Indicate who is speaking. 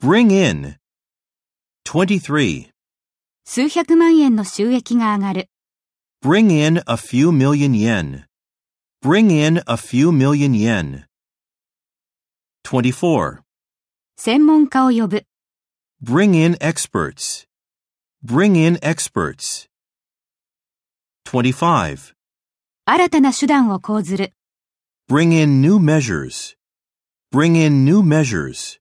Speaker 1: Bring in. 23.
Speaker 2: 数百万円の収益が上がる。
Speaker 1: Bring in a few million yen. Bring in a few million yen. 24.
Speaker 2: 専門家を呼ぶ。
Speaker 1: Bring in experts. Bring in experts. 25.
Speaker 2: 新たな手段を講ずる。
Speaker 1: Bring in new measures. Bring in new measures.